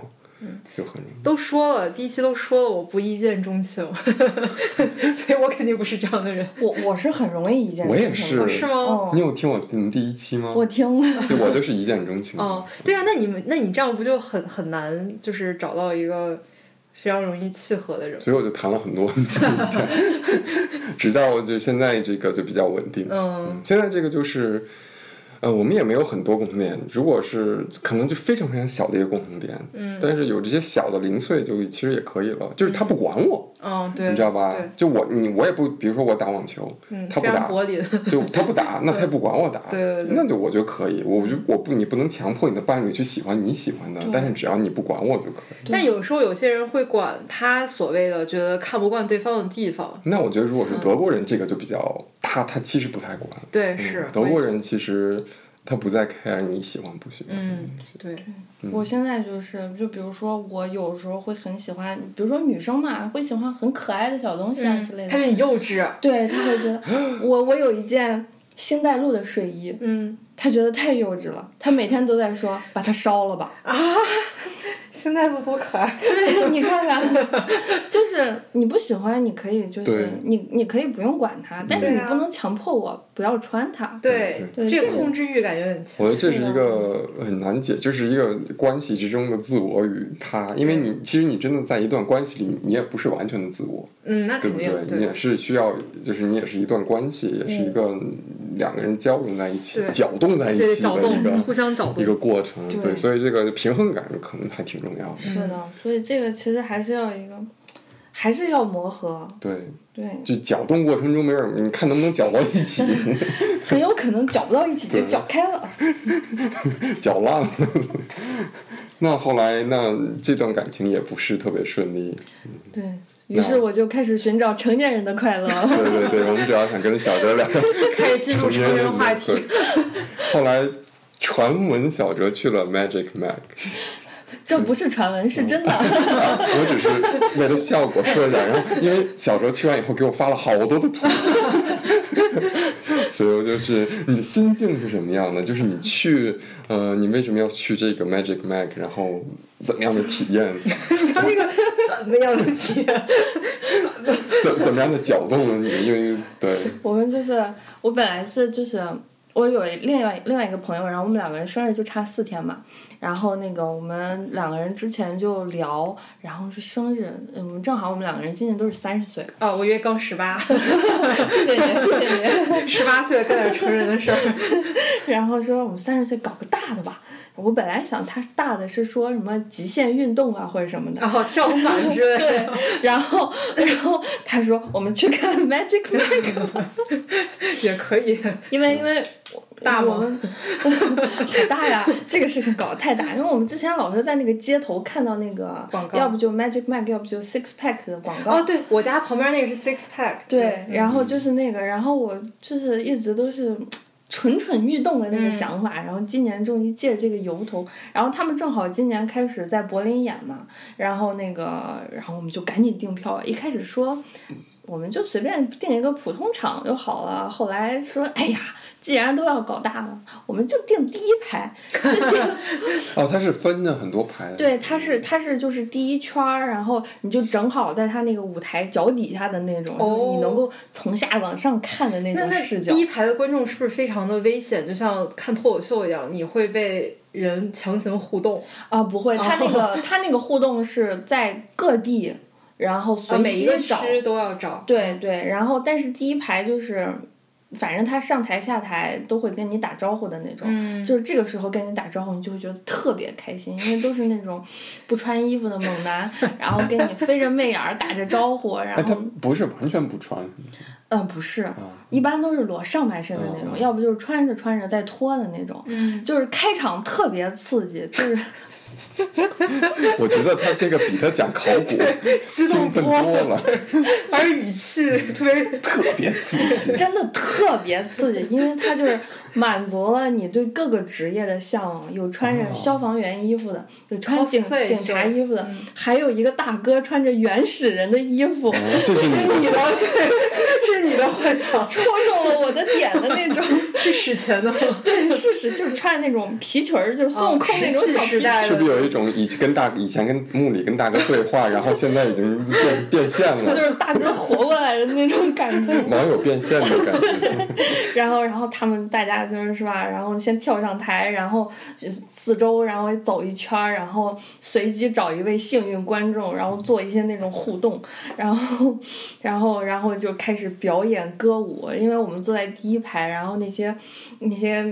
Speaker 1: 就很容易。
Speaker 2: 都说了，第一期都说了，我不一见钟情， 所以我肯定不是这样的人，
Speaker 3: 我我是很容易一见
Speaker 1: 我
Speaker 3: 钟
Speaker 1: 也
Speaker 3: 情
Speaker 1: 是
Speaker 3: 的。
Speaker 2: 哦是吗？
Speaker 1: 你
Speaker 3: 嗯，
Speaker 1: 有听我你们第一期吗？
Speaker 3: 我听了。
Speaker 1: 对，我就是一见钟情。
Speaker 2: 哦，对啊，那你们，那你这样不就很很难，就是找到一个非常容易契合的人？
Speaker 1: 所以我就谈了很多 意见，直到就现在这个就比较稳定。
Speaker 2: 嗯，
Speaker 1: 现在这个就是，呃，我们也没有很多共同点，如果是可能就非常非常小的一个共同点，嗯，但是有这些小的零碎就其实也可以了，就是他不管我，
Speaker 2: 嗯，对，
Speaker 1: 你知道吧
Speaker 2: 对，？
Speaker 1: 就我你我也不，比如说我打网球，
Speaker 2: 嗯，
Speaker 1: 他
Speaker 2: 非
Speaker 1: 不
Speaker 2: 常
Speaker 1: 打。
Speaker 2: 柏林，
Speaker 1: 就他不打，那他也不管我打，
Speaker 2: 对对对
Speaker 1: 那就我就可以，我就我不你不能强迫你的伴侣去喜欢你喜欢的，但是只要你不管我就可以。
Speaker 2: 但有时候有些人会管他所谓的觉得看不惯对方的地方，
Speaker 1: 那我觉得如果是
Speaker 2: 嗯
Speaker 1: 德国人，这个就比较他他其实不太管，
Speaker 2: 对，是
Speaker 1: 嗯德国，人其实他不再 care 你喜欢不喜欢，
Speaker 2: 嗯，对，
Speaker 3: 我现在就是，就比如说，我有时候会很喜欢，比如说女生嘛，会喜欢很可爱的小东西啊之类
Speaker 2: 他
Speaker 3: 的。
Speaker 2: 嗯就很幼稚，
Speaker 3: 对，她会觉得我我有一件星黛露的睡衣，
Speaker 2: 嗯，
Speaker 3: 她觉得太幼稚了，她每天都在说把它烧了吧。
Speaker 2: 现在都多可爱，
Speaker 3: 对， 你看看，就是你不喜欢，你可以就
Speaker 1: 对
Speaker 3: 是你你可以不用管它，但是
Speaker 2: 对
Speaker 3: 你
Speaker 2: 啊
Speaker 3: 不能强迫我不要穿它。
Speaker 2: 对，
Speaker 3: 对
Speaker 2: 这
Speaker 3: 这
Speaker 2: 个
Speaker 3: 个
Speaker 2: 控制欲感觉很强，
Speaker 1: 我觉得这是一个很难解，就是一个关系之中的自我与他，因为你其实你真的在一段关系里，你也不是完全的自我，
Speaker 2: 嗯，那
Speaker 1: 对
Speaker 2: 肯
Speaker 1: 不
Speaker 2: 定，嗯
Speaker 1: 对？你也是需要，就是你也是一段关系，也是一个两个人交融在一起
Speaker 2: 对、
Speaker 1: 搅动在一
Speaker 2: 这个
Speaker 1: 起
Speaker 2: 搅
Speaker 1: 的一
Speaker 2: 动，互
Speaker 1: 个
Speaker 2: 相搅
Speaker 1: 一个
Speaker 2: 动，
Speaker 1: 过程。
Speaker 3: 对
Speaker 1: 对，所以这个平衡感可能还挺重要的。
Speaker 2: 嗯
Speaker 3: 是的，所以这个其实还是要一个，还是要磨合。
Speaker 1: 对，
Speaker 3: 对，
Speaker 1: 就搅动过程中没有，你看能不能搅到一 起，
Speaker 3: 很有可能搅不到一起就
Speaker 1: 对
Speaker 3: 搅开了。
Speaker 1: 搅烂了。 那后来，那这段感情也不是特别顺利。
Speaker 3: 对于是我就开始寻找成年人的快乐。
Speaker 1: 对对 对，我们主要想跟小哲聊聊
Speaker 2: 开始进入
Speaker 1: 成
Speaker 2: 成
Speaker 1: 年
Speaker 2: 人
Speaker 1: 人
Speaker 2: 话
Speaker 1: 的
Speaker 2: 题
Speaker 1: 对，后来传闻小哲去了 Magic Mac，
Speaker 3: 这不是传闻，是真的。
Speaker 1: 我只是为了效果说一下，然后因为小哲去完以后给我发了好多的图， 所以我就是你的心境是什么样的？就是你去呃，你为什么要去这个 Magic Mac？然后怎么样的体验？
Speaker 2: 他那个怎么样的体验？
Speaker 1: 怎怎么样的搅动了你？因为对，
Speaker 3: 我们就是，我本来是就是。我有另外另外一个朋友，然后我们两个人生日就差四天嘛，然后那个我们两个人之前就聊，然后是生日，嗯，正好我们两个人今年都是三十岁，
Speaker 2: 啊，我以为刚十八，
Speaker 3: 谢谢你，谢谢你。
Speaker 2: 十八岁干点成人的事儿，
Speaker 3: 然后说我们三十岁搞个大的吧，我本来想他大的是说什么极限运动啊或者什么的，
Speaker 2: 然后跳伞之类的。
Speaker 3: 对，然后然后他说我们去看 Magic Mike 吧，
Speaker 2: 也可以，
Speaker 3: 因为因为
Speaker 2: 大
Speaker 3: 我
Speaker 2: 吗？
Speaker 3: 们好大呀， 这个事情搞得太大，因为我们之前老是在那个街头看到那个
Speaker 2: 广告
Speaker 3: 要不就 Magic Mike，要不就 Six Pack 的广告。
Speaker 2: 哦，对，我家旁边那个是 Six Pack。
Speaker 3: 对，然后就是那个，然后我就是一直都是。蠢蠢欲动的那个想法，然后今年终于借这个由头，然后他们正好今年开始在柏林演嘛，然后那个，然后我们就赶紧订票，一开始说。我们就随便订一个普通场就好了。后来说，哎呀，既然都要搞大了，我们就订第一排。就订
Speaker 1: 哦，它是分着很多排的。
Speaker 3: 对，它是它是就是第一圈儿，然后你就正好在它那个舞台脚底下的那种，就是你能够从下往上看的那
Speaker 2: 哦那
Speaker 3: 种
Speaker 2: 那
Speaker 3: 视角
Speaker 2: 第。一排的观众是不是非常的危险？就像看脱口秀一样，你会被人强行互动。
Speaker 3: 啊，不会，它那
Speaker 2: 哦
Speaker 3: 个它那个互动是在各地，然后随
Speaker 2: 啊哦每一
Speaker 3: 机
Speaker 2: 个
Speaker 3: 找。
Speaker 2: 区都要找。
Speaker 3: 对对，然后但是第一排就是，反正他上台下台都会跟你打招呼的那种，
Speaker 2: 嗯
Speaker 3: 就是这个时候跟你打招呼，你就会觉得特别开心，因为都是那种不穿衣服的猛男，然后跟你飞着媚眼儿打着招呼，
Speaker 1: 哎，
Speaker 3: 然
Speaker 1: 它
Speaker 3: 后
Speaker 1: 不是完全不穿，
Speaker 3: 嗯不是，一般都是裸上半身的那种，要不就是穿着穿着再脱的那种，就是开场特别刺激，就是
Speaker 1: 我觉得他这个比他讲考古兴奋多了，
Speaker 2: 而语气特别
Speaker 1: 特别刺 激。
Speaker 3: 真的特别刺激，因为它就是满足了你对各个职业的向往，有穿着消防员衣服的，有穿警
Speaker 2: Cosplay
Speaker 3: 警察衣服的，还有一个大哥穿着原始人的衣服，
Speaker 1: 这是你
Speaker 2: 你的，对，是你的幻想，
Speaker 3: 戳中了我的点的那种。
Speaker 2: 是史前 的。
Speaker 3: 对，事实就是穿那种皮裙儿，就是孙悟空那种小皮
Speaker 2: 石器时
Speaker 3: 裙儿。
Speaker 2: 代
Speaker 1: 是不是有一种以跟大以前跟穆里跟大哥对话，然后现在已经变变现
Speaker 3: 就
Speaker 1: 了，
Speaker 3: 是大哥活过来的那种感觉，
Speaker 1: 网友变现的感觉。。
Speaker 3: 然后，然后他们大家就是是吧？然后先跳上台，然后四周，然后走一圈儿，然后随机找一位幸运观众，然后做一些那种互动，然后，然后，然后就开始表演歌舞。因为我们坐在第一排，然后那些那些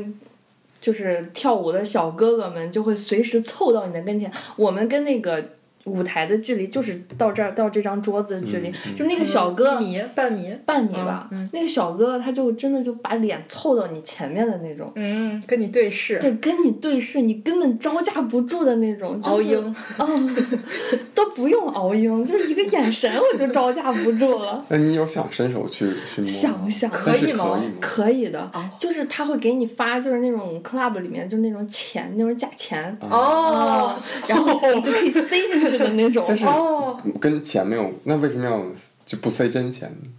Speaker 3: 就是跳舞的小哥哥们就会随时凑到你的跟前，我们跟那个。舞台的距离就是到这儿到这张桌子的距离，就那个小哥、
Speaker 2: 嗯一米半米，
Speaker 3: 半米吧，那个小哥他就真的就把脸凑到你前面的那种，
Speaker 2: 嗯，跟你对视，
Speaker 3: 对，跟你对视，你根本招架不住的那种，就是、
Speaker 2: 熬鹰，
Speaker 3: 嗯， 都不用熬鹰，就是一个眼神我就招架不住了
Speaker 1: 那你有想伸手去去摸吗？
Speaker 3: 想想
Speaker 1: 但是嗯
Speaker 2: 可
Speaker 1: 可
Speaker 2: 以吗
Speaker 1: 以吗？
Speaker 3: 可以的，就是他会给你发，就是那种 club 里面就是那种钱，那种假钱，
Speaker 2: 哦，
Speaker 3: 然后你就可以塞进去的那种，
Speaker 1: 但是
Speaker 3: 哦
Speaker 2: 哦，
Speaker 1: 跟钱没有，那为什么要就不塞真钱呢？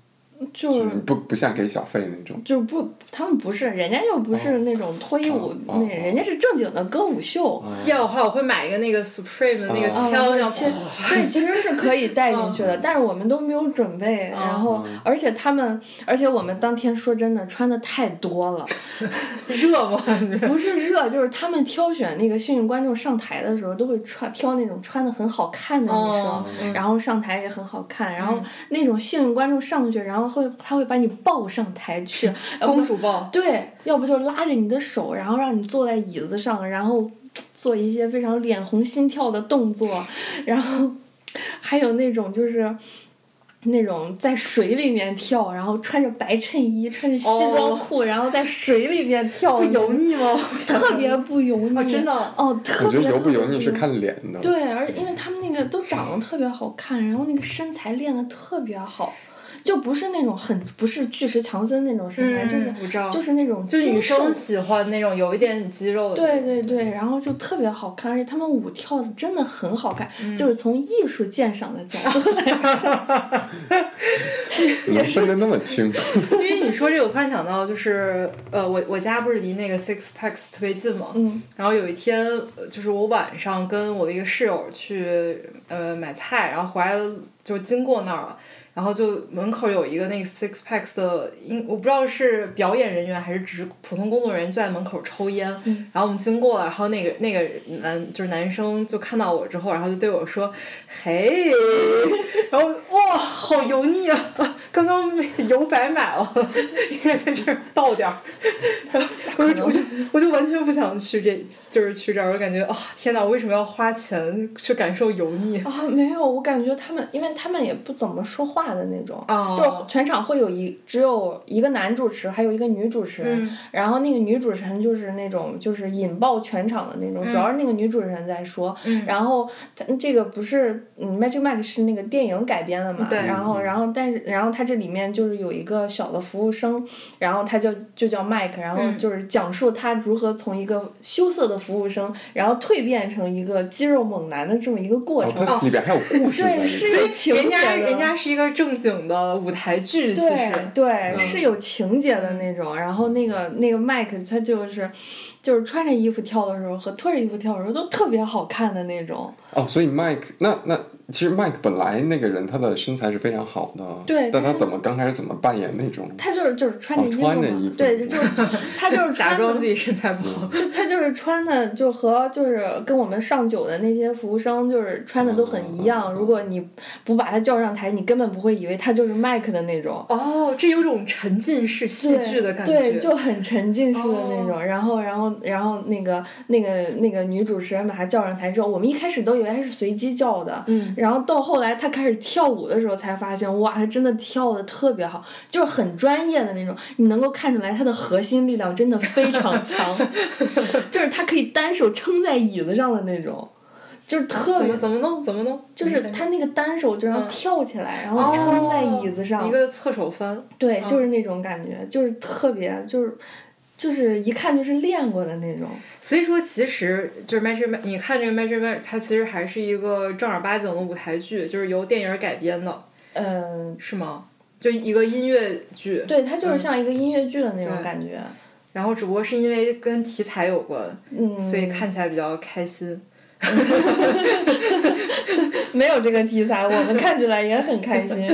Speaker 3: 就
Speaker 1: 嗯
Speaker 3: 是
Speaker 1: 不不像给小费那种。
Speaker 3: 就是不，他们不是，人家又不是那种脱衣舞，
Speaker 1: 哦哦
Speaker 3: 那人家是正经的歌舞秀，
Speaker 2: 要的话我会买一个那个 Supreme 的那个
Speaker 1: 哦
Speaker 2: 枪，然后
Speaker 3: 其 对，其实是可以带进去的，但是我们都没有准备，然后而且他们，而且我们当天说真的穿的太多了，
Speaker 2: 热吗？
Speaker 3: 不是热，就是他们挑选那个幸运观众上台的时候，都会穿挑那种穿的很好看的女生
Speaker 2: 哦，嗯
Speaker 3: 然后上台也很好看，然后那种幸运观众上去，然后会他会把你抱上台 去，要不
Speaker 2: 公主抱，
Speaker 3: 对，要不就拉着你的手，然后让你坐在椅子上，然后做一些非常脸红心跳的动作，然后 还有那种就是。那种在水里面跳，然后穿着白衬衣、穿着西装裤然后在水里面跳，
Speaker 2: 哦不油，腻吗？
Speaker 3: 特别不油腻。
Speaker 2: 哦真的
Speaker 3: 哦，特
Speaker 1: 我觉
Speaker 3: 别
Speaker 1: 得油
Speaker 3: 特
Speaker 1: 不
Speaker 3: 别嗯
Speaker 1: 油腻是看脸的。
Speaker 3: 对，而因为他们那个都长得特别好看，然后那个身材练得特别好，就不是那种很不是巨石强森那种身材，
Speaker 2: 嗯
Speaker 3: 就是
Speaker 2: 我知道
Speaker 3: 就是那种
Speaker 2: 就是女
Speaker 3: 精瘦
Speaker 2: 生喜欢那种有一点肌肉的，
Speaker 3: 对，对对，然后就特别好看，而且他们舞跳的真的很好看，
Speaker 2: 嗯
Speaker 3: 就是从艺术鉴赏的角 度来讲，
Speaker 1: 怎么分得那么清？
Speaker 2: 因为你说这个，我突然想到，就是呃，我我家不是离那个 Six Packs 特别近嘛，
Speaker 3: 嗯，
Speaker 2: 然后有一天，呃就是我晚上跟我的一个室友去呃买菜，然后回来就经过那儿了，然后就门口有一个那个 Six Packs 的，应我不知道是表演人员还是只是普通工作人员就在门口抽烟，然后我们经过了，然后那个那个男就是男生就看到我之后，然后就对我说：“嘿。”然后哇，好油腻啊！刚刚油白买了， 应该在这儿倒点儿。然后我就我就我就完全不想去这，就是去这儿，我感觉啊、天哪，我为什么要花钱去感受油腻？
Speaker 3: 啊，没有，我感觉他们，因为他们也不怎么说话的那种，
Speaker 2: 哦
Speaker 3: 就全场会有一只有一个男主持，还有一个女主持人，
Speaker 2: 嗯
Speaker 3: 然后那个女主持人就是那种就是引爆全场的那种，主
Speaker 2: 嗯
Speaker 3: 要是那个女主持人在说，然后嗯他这个不是嗯 Magic Mike 是那个电影改编的嘛，
Speaker 2: 对
Speaker 3: 然后然后但是然后他它这里面就是有一个小的服务生，然后他就就叫麦克，然后
Speaker 2: 嗯
Speaker 3: 就是讲述他如何从一个羞涩的服务生，然后蜕变成一个肌肉猛男的这么一个过
Speaker 1: 哦，
Speaker 3: 程。
Speaker 1: 它里边还有故事在里
Speaker 3: 对，
Speaker 1: 面。
Speaker 3: 是有情节
Speaker 2: 人家
Speaker 3: 的。
Speaker 2: 人家是一个正经的舞台剧，其
Speaker 3: 对
Speaker 2: 实
Speaker 3: 对、是有情节的那种。然后那个那个麦克他就是，就是穿着衣服跳的时候和脱着衣服跳的时候都特别好看的那种。
Speaker 1: 哦，所以 Mike 那那其实 Mike 本来那个人他的身材是非常好的，
Speaker 3: 对
Speaker 1: 但
Speaker 3: 他
Speaker 1: 他
Speaker 3: 是
Speaker 1: 怎么刚开始怎么扮演那种？
Speaker 3: 他就是就是穿着
Speaker 1: 哦
Speaker 3: 衣服嘛，
Speaker 1: 穿着衣服
Speaker 3: 对，就就是他就是
Speaker 2: 假
Speaker 3: 穿
Speaker 2: 装
Speaker 3: 着
Speaker 2: 自己身材不好。
Speaker 3: 就他就是穿的就和就是跟我们上酒的那些服务生就是穿的都很一样。如果你不把他叫上台，你根本不会以为他就是麦克的那种。
Speaker 2: 哦，这有种沉浸式戏
Speaker 3: 对
Speaker 2: 剧的感觉。
Speaker 3: 对，就很沉浸式的那种。
Speaker 2: 哦
Speaker 3: 然后，然后，然后那个那个那个女主持人把她叫上台之后，我们一开始都以为她是随机叫的，
Speaker 2: 嗯
Speaker 3: 然后到后来她开始跳舞的时候才发现，哇，她真的跳的特别好，就是很专业的那种。你能够看出来她的核心力量真的非常 强，就是她可以单手撑在椅子上的那种，就是特
Speaker 2: 怎
Speaker 3: 别
Speaker 2: 么。怎么弄怎么弄？
Speaker 3: 就是
Speaker 2: 嗯
Speaker 3: 她那个单手就让
Speaker 2: 嗯哦
Speaker 3: 跳起来，然后撑在椅子上，
Speaker 2: 一个侧手翻。
Speaker 3: 对，
Speaker 2: 嗯
Speaker 3: 就是那种感觉，就是特别，就是就是一看就是练过的那种。
Speaker 2: 所以说，其实就是《Magic Mike》，你看这个《Magic Mike》，它其实还是一个正儿八经的舞台剧，就是由电影改编的，
Speaker 3: 嗯，
Speaker 2: 是吗？就一个音乐剧，
Speaker 3: 对，它就是像一个音乐剧的那种
Speaker 2: 嗯对
Speaker 3: 感觉。
Speaker 2: 然后只不过是因为跟题材有关，
Speaker 3: 嗯，
Speaker 2: 所以看起来比较开心。
Speaker 3: 没有这个题材，我们看起来也很开 心。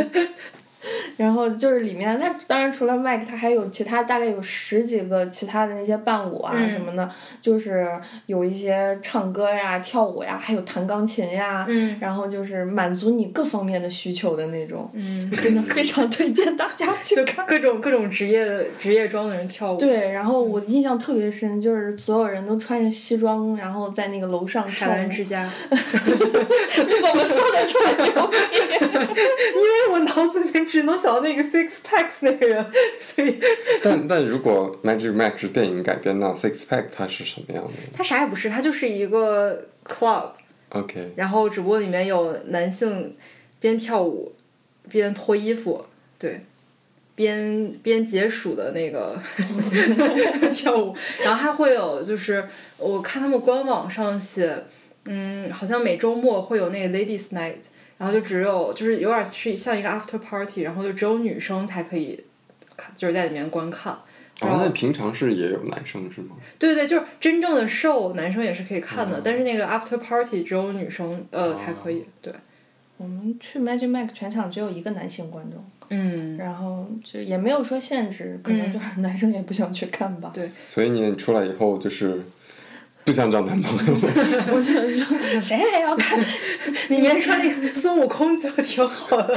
Speaker 3: 然后就是里面，它当然除了 Mike，它还有其他大概有十几个其他的那些伴舞啊
Speaker 2: 嗯
Speaker 3: 什么的，就是有一些唱歌呀、跳舞呀，还有弹钢琴呀，
Speaker 2: 嗯
Speaker 3: 然后就是满足你各方面的需求的那种，
Speaker 2: 嗯，
Speaker 3: 真的非常推荐大家去
Speaker 2: 就
Speaker 3: 看。
Speaker 2: 各种各种职业职业装的人跳舞，
Speaker 3: 对，然后
Speaker 1: 嗯
Speaker 3: 我印象特别深，就是所有人都穿着西装，然后在那个楼上
Speaker 2: 海
Speaker 3: 跳舞。
Speaker 1: 啊
Speaker 2: 澜之家。
Speaker 3: 怎么 说的这么牛？
Speaker 2: 因为我脑子里面只能想到那个 Six Packs 那个人，所以
Speaker 1: 但但如果 Magic Mike 是电影改编那 Six Pack 它是什么样的
Speaker 2: 他啥也不是，他就是一个 club，
Speaker 1: ？OK，
Speaker 2: 然后只不过里面有男性边跳舞边脱衣服，对，边边解暑的那个跳舞，然后还会有就是我看他们官网上写，嗯，好像每周末会有那个 Ladies Night，然后就只有就是有点是像一个 after party，然后就只有女生才可以看，就是在里面观看。然
Speaker 1: 哦，
Speaker 2: 后
Speaker 1: 那平常是也有男生是吗？
Speaker 2: 对对，就是真正的 show 男生也是可以看
Speaker 1: 嗯
Speaker 2: 的，但是那个 after party 只有女生
Speaker 1: 哦
Speaker 2: 呃、才可以。对，
Speaker 3: 我们去 Magic Mike 全场只有一个男性观众，
Speaker 2: 嗯，
Speaker 3: 然后就也没有说限制，可
Speaker 1: 嗯
Speaker 3: 能就是男生也不想去看吧。
Speaker 2: 对
Speaker 1: 所以你出来以后就是不想找男朋友，
Speaker 3: 我觉得就 谁还要看？
Speaker 2: 里面穿那个孙悟空就挺好的。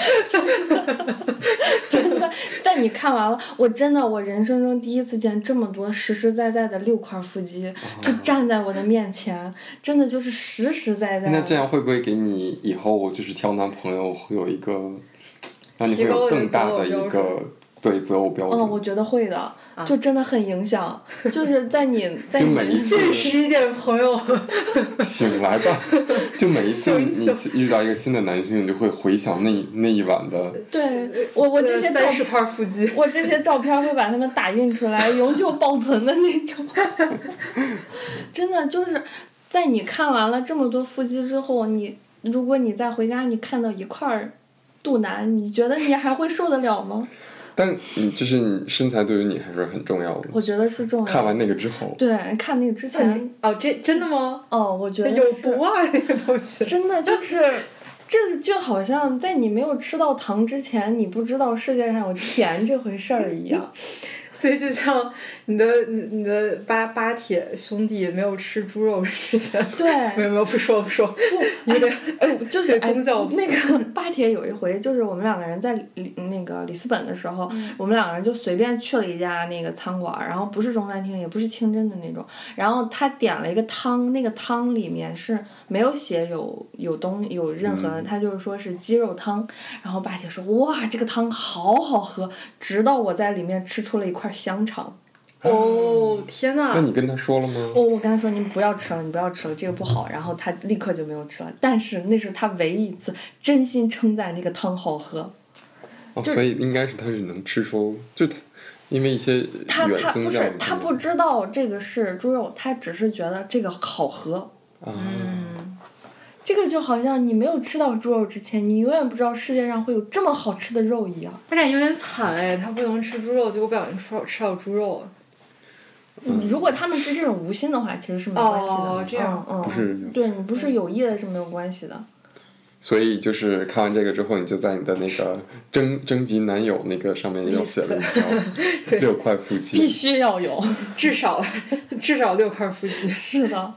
Speaker 3: 真的，在你看完了，我真的我人生中第一次见这么多实实在在的六块腹
Speaker 1: 哦
Speaker 3: 肌，就站在我的面前，真的就是实实在在的。
Speaker 1: 那这样会不会给你以后就是挑男朋友会有一个让你会有更大的一
Speaker 2: 提高了
Speaker 1: 个对择偶标
Speaker 3: 嗯，我
Speaker 1: 准？
Speaker 3: 觉得会的，就真的很影 响，就是在你在
Speaker 1: 啊就
Speaker 3: 你
Speaker 1: 每一次
Speaker 2: 现实一点，朋友。
Speaker 1: 醒来 吧，就每一次
Speaker 2: 醒醒
Speaker 1: 你遇到一个新的男性，你就会回想那那一晚的。
Speaker 3: 对我我这些照
Speaker 2: 三十块腹肌，
Speaker 3: 我这些照片会把它们打印出来，永久保存的那种。 真的就是在你看完了这么多腹肌之后，你如果你再回家，你看到一块儿肚腩，你觉得你还会受得了吗？
Speaker 1: 但你就是你身材对于你还是很重要的。
Speaker 3: 我觉得是重要
Speaker 1: 看
Speaker 3: 的。
Speaker 1: 完那个之后，
Speaker 3: 对，看那个之前，
Speaker 2: 哦，这真的吗？
Speaker 3: 哦，我觉得
Speaker 2: 有
Speaker 3: 是
Speaker 2: 毒啊！那个东西。
Speaker 3: 真的就是，这就好像在你没有吃到糖之前，你不知道世界上有甜这回事儿一样。
Speaker 2: 所以就像你的你你的巴巴铁兄弟没有吃猪肉之前，
Speaker 3: 对
Speaker 2: 没有没有不说不说，你得
Speaker 3: 哎，就是
Speaker 2: 对宗教
Speaker 3: 哎、那个 巴铁有一回，就是我们两个人在里那个里斯本的时候，
Speaker 2: 嗯
Speaker 3: 我们两个人就随便去了一家那个餐馆，然后不是中餐厅，也不是清真的那种，然后他点了一个汤，那个汤里面是没有写有有东有任何的，他就是说是鸡肉汤，然后巴铁说哇这个汤好好喝，直到我在里面吃出了一块香肠。
Speaker 2: 哦天呐！
Speaker 1: 那你跟他说了吗？
Speaker 3: 啊我我跟他说你不要吃了，你不要吃了，这个不好。然后他立刻就没有吃了。但是那是他唯一一次真心称赞这个汤好喝，
Speaker 1: 哦，
Speaker 3: 就
Speaker 1: 所以应该是他是能吃出，就他因为一些
Speaker 3: 他
Speaker 1: 远
Speaker 3: 他
Speaker 1: 宗
Speaker 3: 不
Speaker 1: 教
Speaker 3: 是
Speaker 1: 的
Speaker 3: 他
Speaker 1: 东西
Speaker 3: 不知道这个是猪肉，他只是觉得这个好喝。
Speaker 1: 啊，
Speaker 2: 嗯
Speaker 3: 这个就好像你没有吃到猪肉之前，你永远不知道世界上会有这么好吃的肉一样。
Speaker 2: 他感觉有点惨哎，他不能吃猪肉，结果不小心吃到吃到猪肉了。
Speaker 1: 嗯
Speaker 3: 如果他们是这种无心的话，其实是没关系的。
Speaker 2: 哦这样
Speaker 3: 嗯嗯，
Speaker 1: 不是嗯
Speaker 3: 对你不是有意的是没有关系的。
Speaker 1: 所以就是看完这个之后，你就在你的那个征征集男友那个上面又写了一 条六块腹
Speaker 3: 必
Speaker 1: 肌，
Speaker 3: 须要有，
Speaker 2: 至少至少六块腹肌。
Speaker 3: 是的，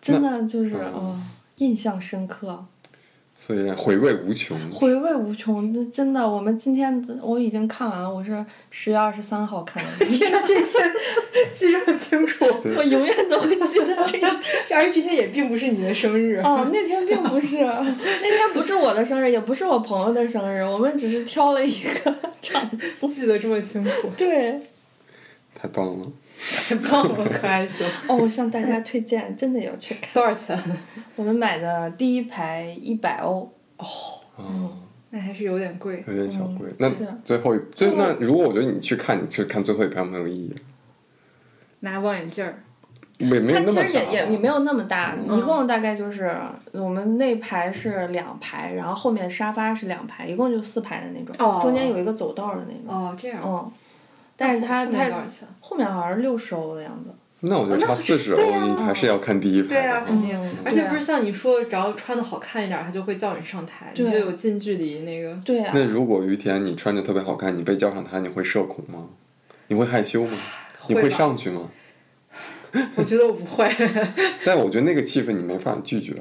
Speaker 3: 真的就是
Speaker 1: 嗯
Speaker 3: 嗯，印象深刻，
Speaker 1: 所以回味无穷。
Speaker 3: 回味无穷。真真的，我们今天我已经看完了，我是十月二十三号看 的，
Speaker 2: 这天记这么清楚，
Speaker 3: 我永远都会记得这个。
Speaker 2: 而且这天也并不是你的生日。
Speaker 3: 哦，那天并不 是，那天不是我的生日，也不是我朋友的生日，我们只是挑了一个场子。
Speaker 2: 记得这么清 楚，
Speaker 3: 对，
Speaker 1: 太棒了！
Speaker 2: 太棒了，可爱熊。
Speaker 3: 哦，我向大家推荐，真的要去看。
Speaker 2: 多少钱？
Speaker 3: 我们买的第一排一百欧，
Speaker 2: 那还是有点贵。
Speaker 1: 有点小贵。
Speaker 3: 嗯
Speaker 1: 那
Speaker 3: 是
Speaker 1: 最后一，最那如果我觉得你去看，你去看最后一排没有意义，
Speaker 2: 拿望远镜儿，
Speaker 1: 没没有
Speaker 3: 它
Speaker 1: 那
Speaker 3: 其
Speaker 1: 么
Speaker 3: 实也
Speaker 1: 大
Speaker 3: 也也没有那么大，
Speaker 1: 嗯
Speaker 3: 一共大概就是我们那排是两排，然后后面沙发是两排，一共就四排的那种，
Speaker 2: 哦
Speaker 3: 中间有一个走道的那种。
Speaker 2: 哦，这样。
Speaker 3: 嗯，但是它
Speaker 2: 后面多
Speaker 3: 它
Speaker 2: 少钱？
Speaker 3: 后面好像是六十欧的样子。
Speaker 1: 那我就差四十
Speaker 2: 对
Speaker 1: 欧，
Speaker 2: 呀
Speaker 1: 你还是要看第一排。
Speaker 2: 对啊，肯定。
Speaker 3: 嗯
Speaker 2: 而且不是像你说的，只要穿的好看一点，他就会叫你上台，你
Speaker 3: 对
Speaker 2: 就有近距离那个。
Speaker 3: 对啊，
Speaker 1: 那如果有一天你穿着特别好看，你被叫上台，你会社恐吗？你会害羞吗？你
Speaker 2: 会吧
Speaker 1: 上去吗？
Speaker 2: 我觉得我不会。
Speaker 1: 但我觉得那个气氛你没法拒绝。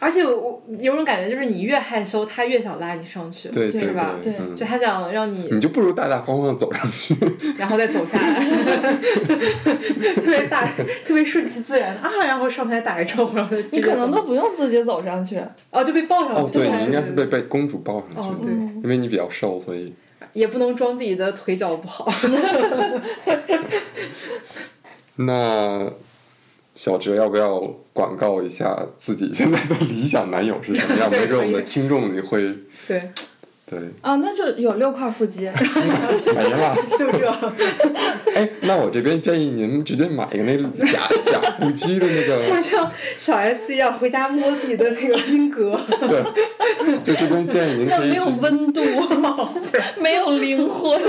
Speaker 2: 而且我我有种感觉，就是你越害羞，他越想拉你上去，
Speaker 1: 对对
Speaker 3: 对
Speaker 2: 是吧，
Speaker 3: 对
Speaker 1: 嗯
Speaker 2: 就他想让你，
Speaker 1: 你就不如大大方方走上去。
Speaker 2: 然后再走下来， 特别大，特别顺其自然啊，然后上台打个招呼，然后
Speaker 3: 你可能都不用自己走上去。
Speaker 2: 哦就被抱上
Speaker 1: 哦，
Speaker 2: 去了，
Speaker 1: 对，你应该是被
Speaker 2: 对
Speaker 1: 被公主抱上
Speaker 2: 哦
Speaker 1: 去的，
Speaker 2: 对，
Speaker 1: 因为你比较瘦，所以
Speaker 2: 也不能装自己的腿脚不好，
Speaker 1: 那小哲要不要广告一下自己现在的理想男友是什 么样？
Speaker 2: 对
Speaker 1: 没准我们的
Speaker 2: 可以
Speaker 1: 听众里会
Speaker 2: 对，
Speaker 1: 对
Speaker 3: 啊，那就有六块 腹肌。
Speaker 1: 没了。
Speaker 2: 就这，
Speaker 1: 哎，那我这边建议您直接买一个那假假腹肌的那 个，
Speaker 2: 像小 S 一样回家摸自己的那个冰 格，
Speaker 1: 对，就这边建议您
Speaker 3: 那
Speaker 1: 可
Speaker 3: 没
Speaker 1: 以
Speaker 3: 有，温度，没有灵魂。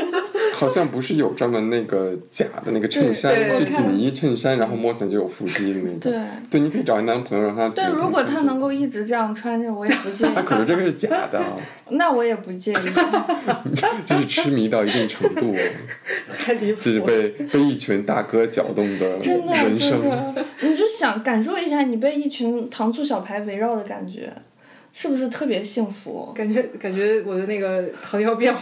Speaker 1: 好像不是有专门那个假的那个衬
Speaker 2: 对
Speaker 1: 衫，
Speaker 2: 对
Speaker 1: 就
Speaker 2: 我看
Speaker 1: 紧衣衬衫，然后摸起来就有腹肌的那种。
Speaker 3: 对
Speaker 1: 对，你可以找一男朋友让他。
Speaker 3: 对，如果他能够一直这样穿着，我也不介意
Speaker 1: 那。可是这个是假的啊，
Speaker 3: 那我也不介意。
Speaker 1: 这是痴迷到一定程度，
Speaker 2: 太离谱
Speaker 1: 这是被被一群大哥搅动的
Speaker 3: 真的
Speaker 1: 人
Speaker 3: 就是
Speaker 1: 生。，
Speaker 3: 你就想感受一下你被一群糖醋小排围绕的感觉，是不是特别幸福？
Speaker 2: 感觉感觉我的那个糖尿 病，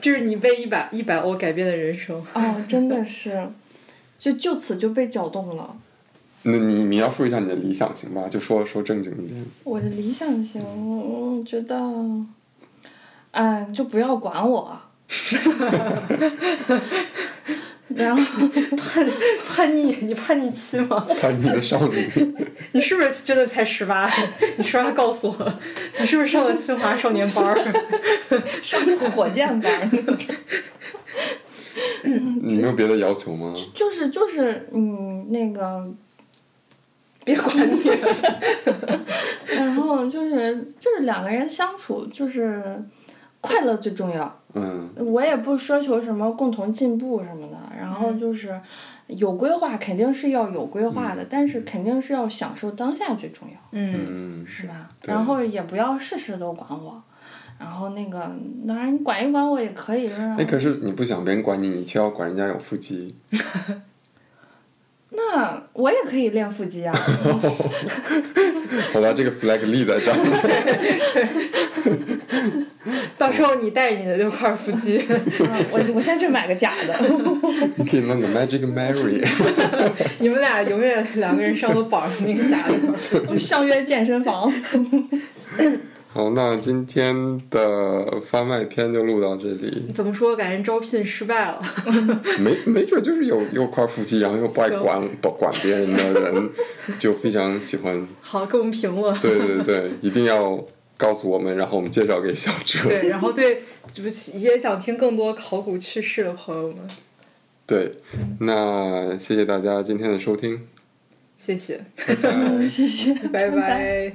Speaker 2: 这是你被一百一百欧改变的人生。
Speaker 3: 哦，真的是，就就此就被搅动了。
Speaker 1: 那你你要说一下你的理想型吧，就说说正经一点。
Speaker 3: 我的理想型，我觉得，哎，就不要管我。 然后
Speaker 2: 叛逆，你叛逆期吗？
Speaker 1: 叛逆的少 女，
Speaker 2: 你是不是真的才十八？ 你十八告诉我，你是不是上了清华少年班 儿？
Speaker 3: 上那个火箭班儿那种，
Speaker 1: 你没有别的要求吗？
Speaker 3: 就是就是，嗯，那个
Speaker 2: 别管你，
Speaker 3: 然后就是就是两个人相处，就是快乐最重要。
Speaker 1: 嗯，
Speaker 3: 我也不奢求什么共同进步什么的，然后就是有规划肯定是要有规划的，但是肯定是要享受当下最重要，
Speaker 2: 嗯，
Speaker 1: 嗯，
Speaker 3: 是吧？
Speaker 1: 对
Speaker 3: 然后也不要事事都管我，然后那个当然你管一管我也可以，
Speaker 1: 哎，可是你不想别人管你，你却要管人家有腹肌，
Speaker 3: 那我也可以练腹肌啊。
Speaker 1: 好吧，这个 flag 立在这儿。
Speaker 2: 到时候你带着你的六块腹 肌，
Speaker 3: 嗯我我先去买个假的，
Speaker 1: 你可以弄个 Magic Mary，
Speaker 2: 你们俩永远两个人上都绑上那个假的腹肌。
Speaker 3: 相约健身房。
Speaker 1: 好，那今天的番外篇就录到这里，
Speaker 2: 怎么说？感觉招聘失败了。
Speaker 1: 没没准就是有有块腹肌，然后又不爱
Speaker 2: 行
Speaker 1: 管不管别人的人，就非常喜欢
Speaker 2: 好，给我们评论。
Speaker 1: 对对对，一定要告诉我们，然后我们介绍给小哲。
Speaker 2: 对，然后对，就是一些想听更多考古趣事的朋友们，
Speaker 1: 对，那谢谢大家今天的收听，
Speaker 2: 谢谢，
Speaker 1: 拜拜。
Speaker 3: 谢谢，
Speaker 2: 拜
Speaker 3: 拜
Speaker 2: 拜。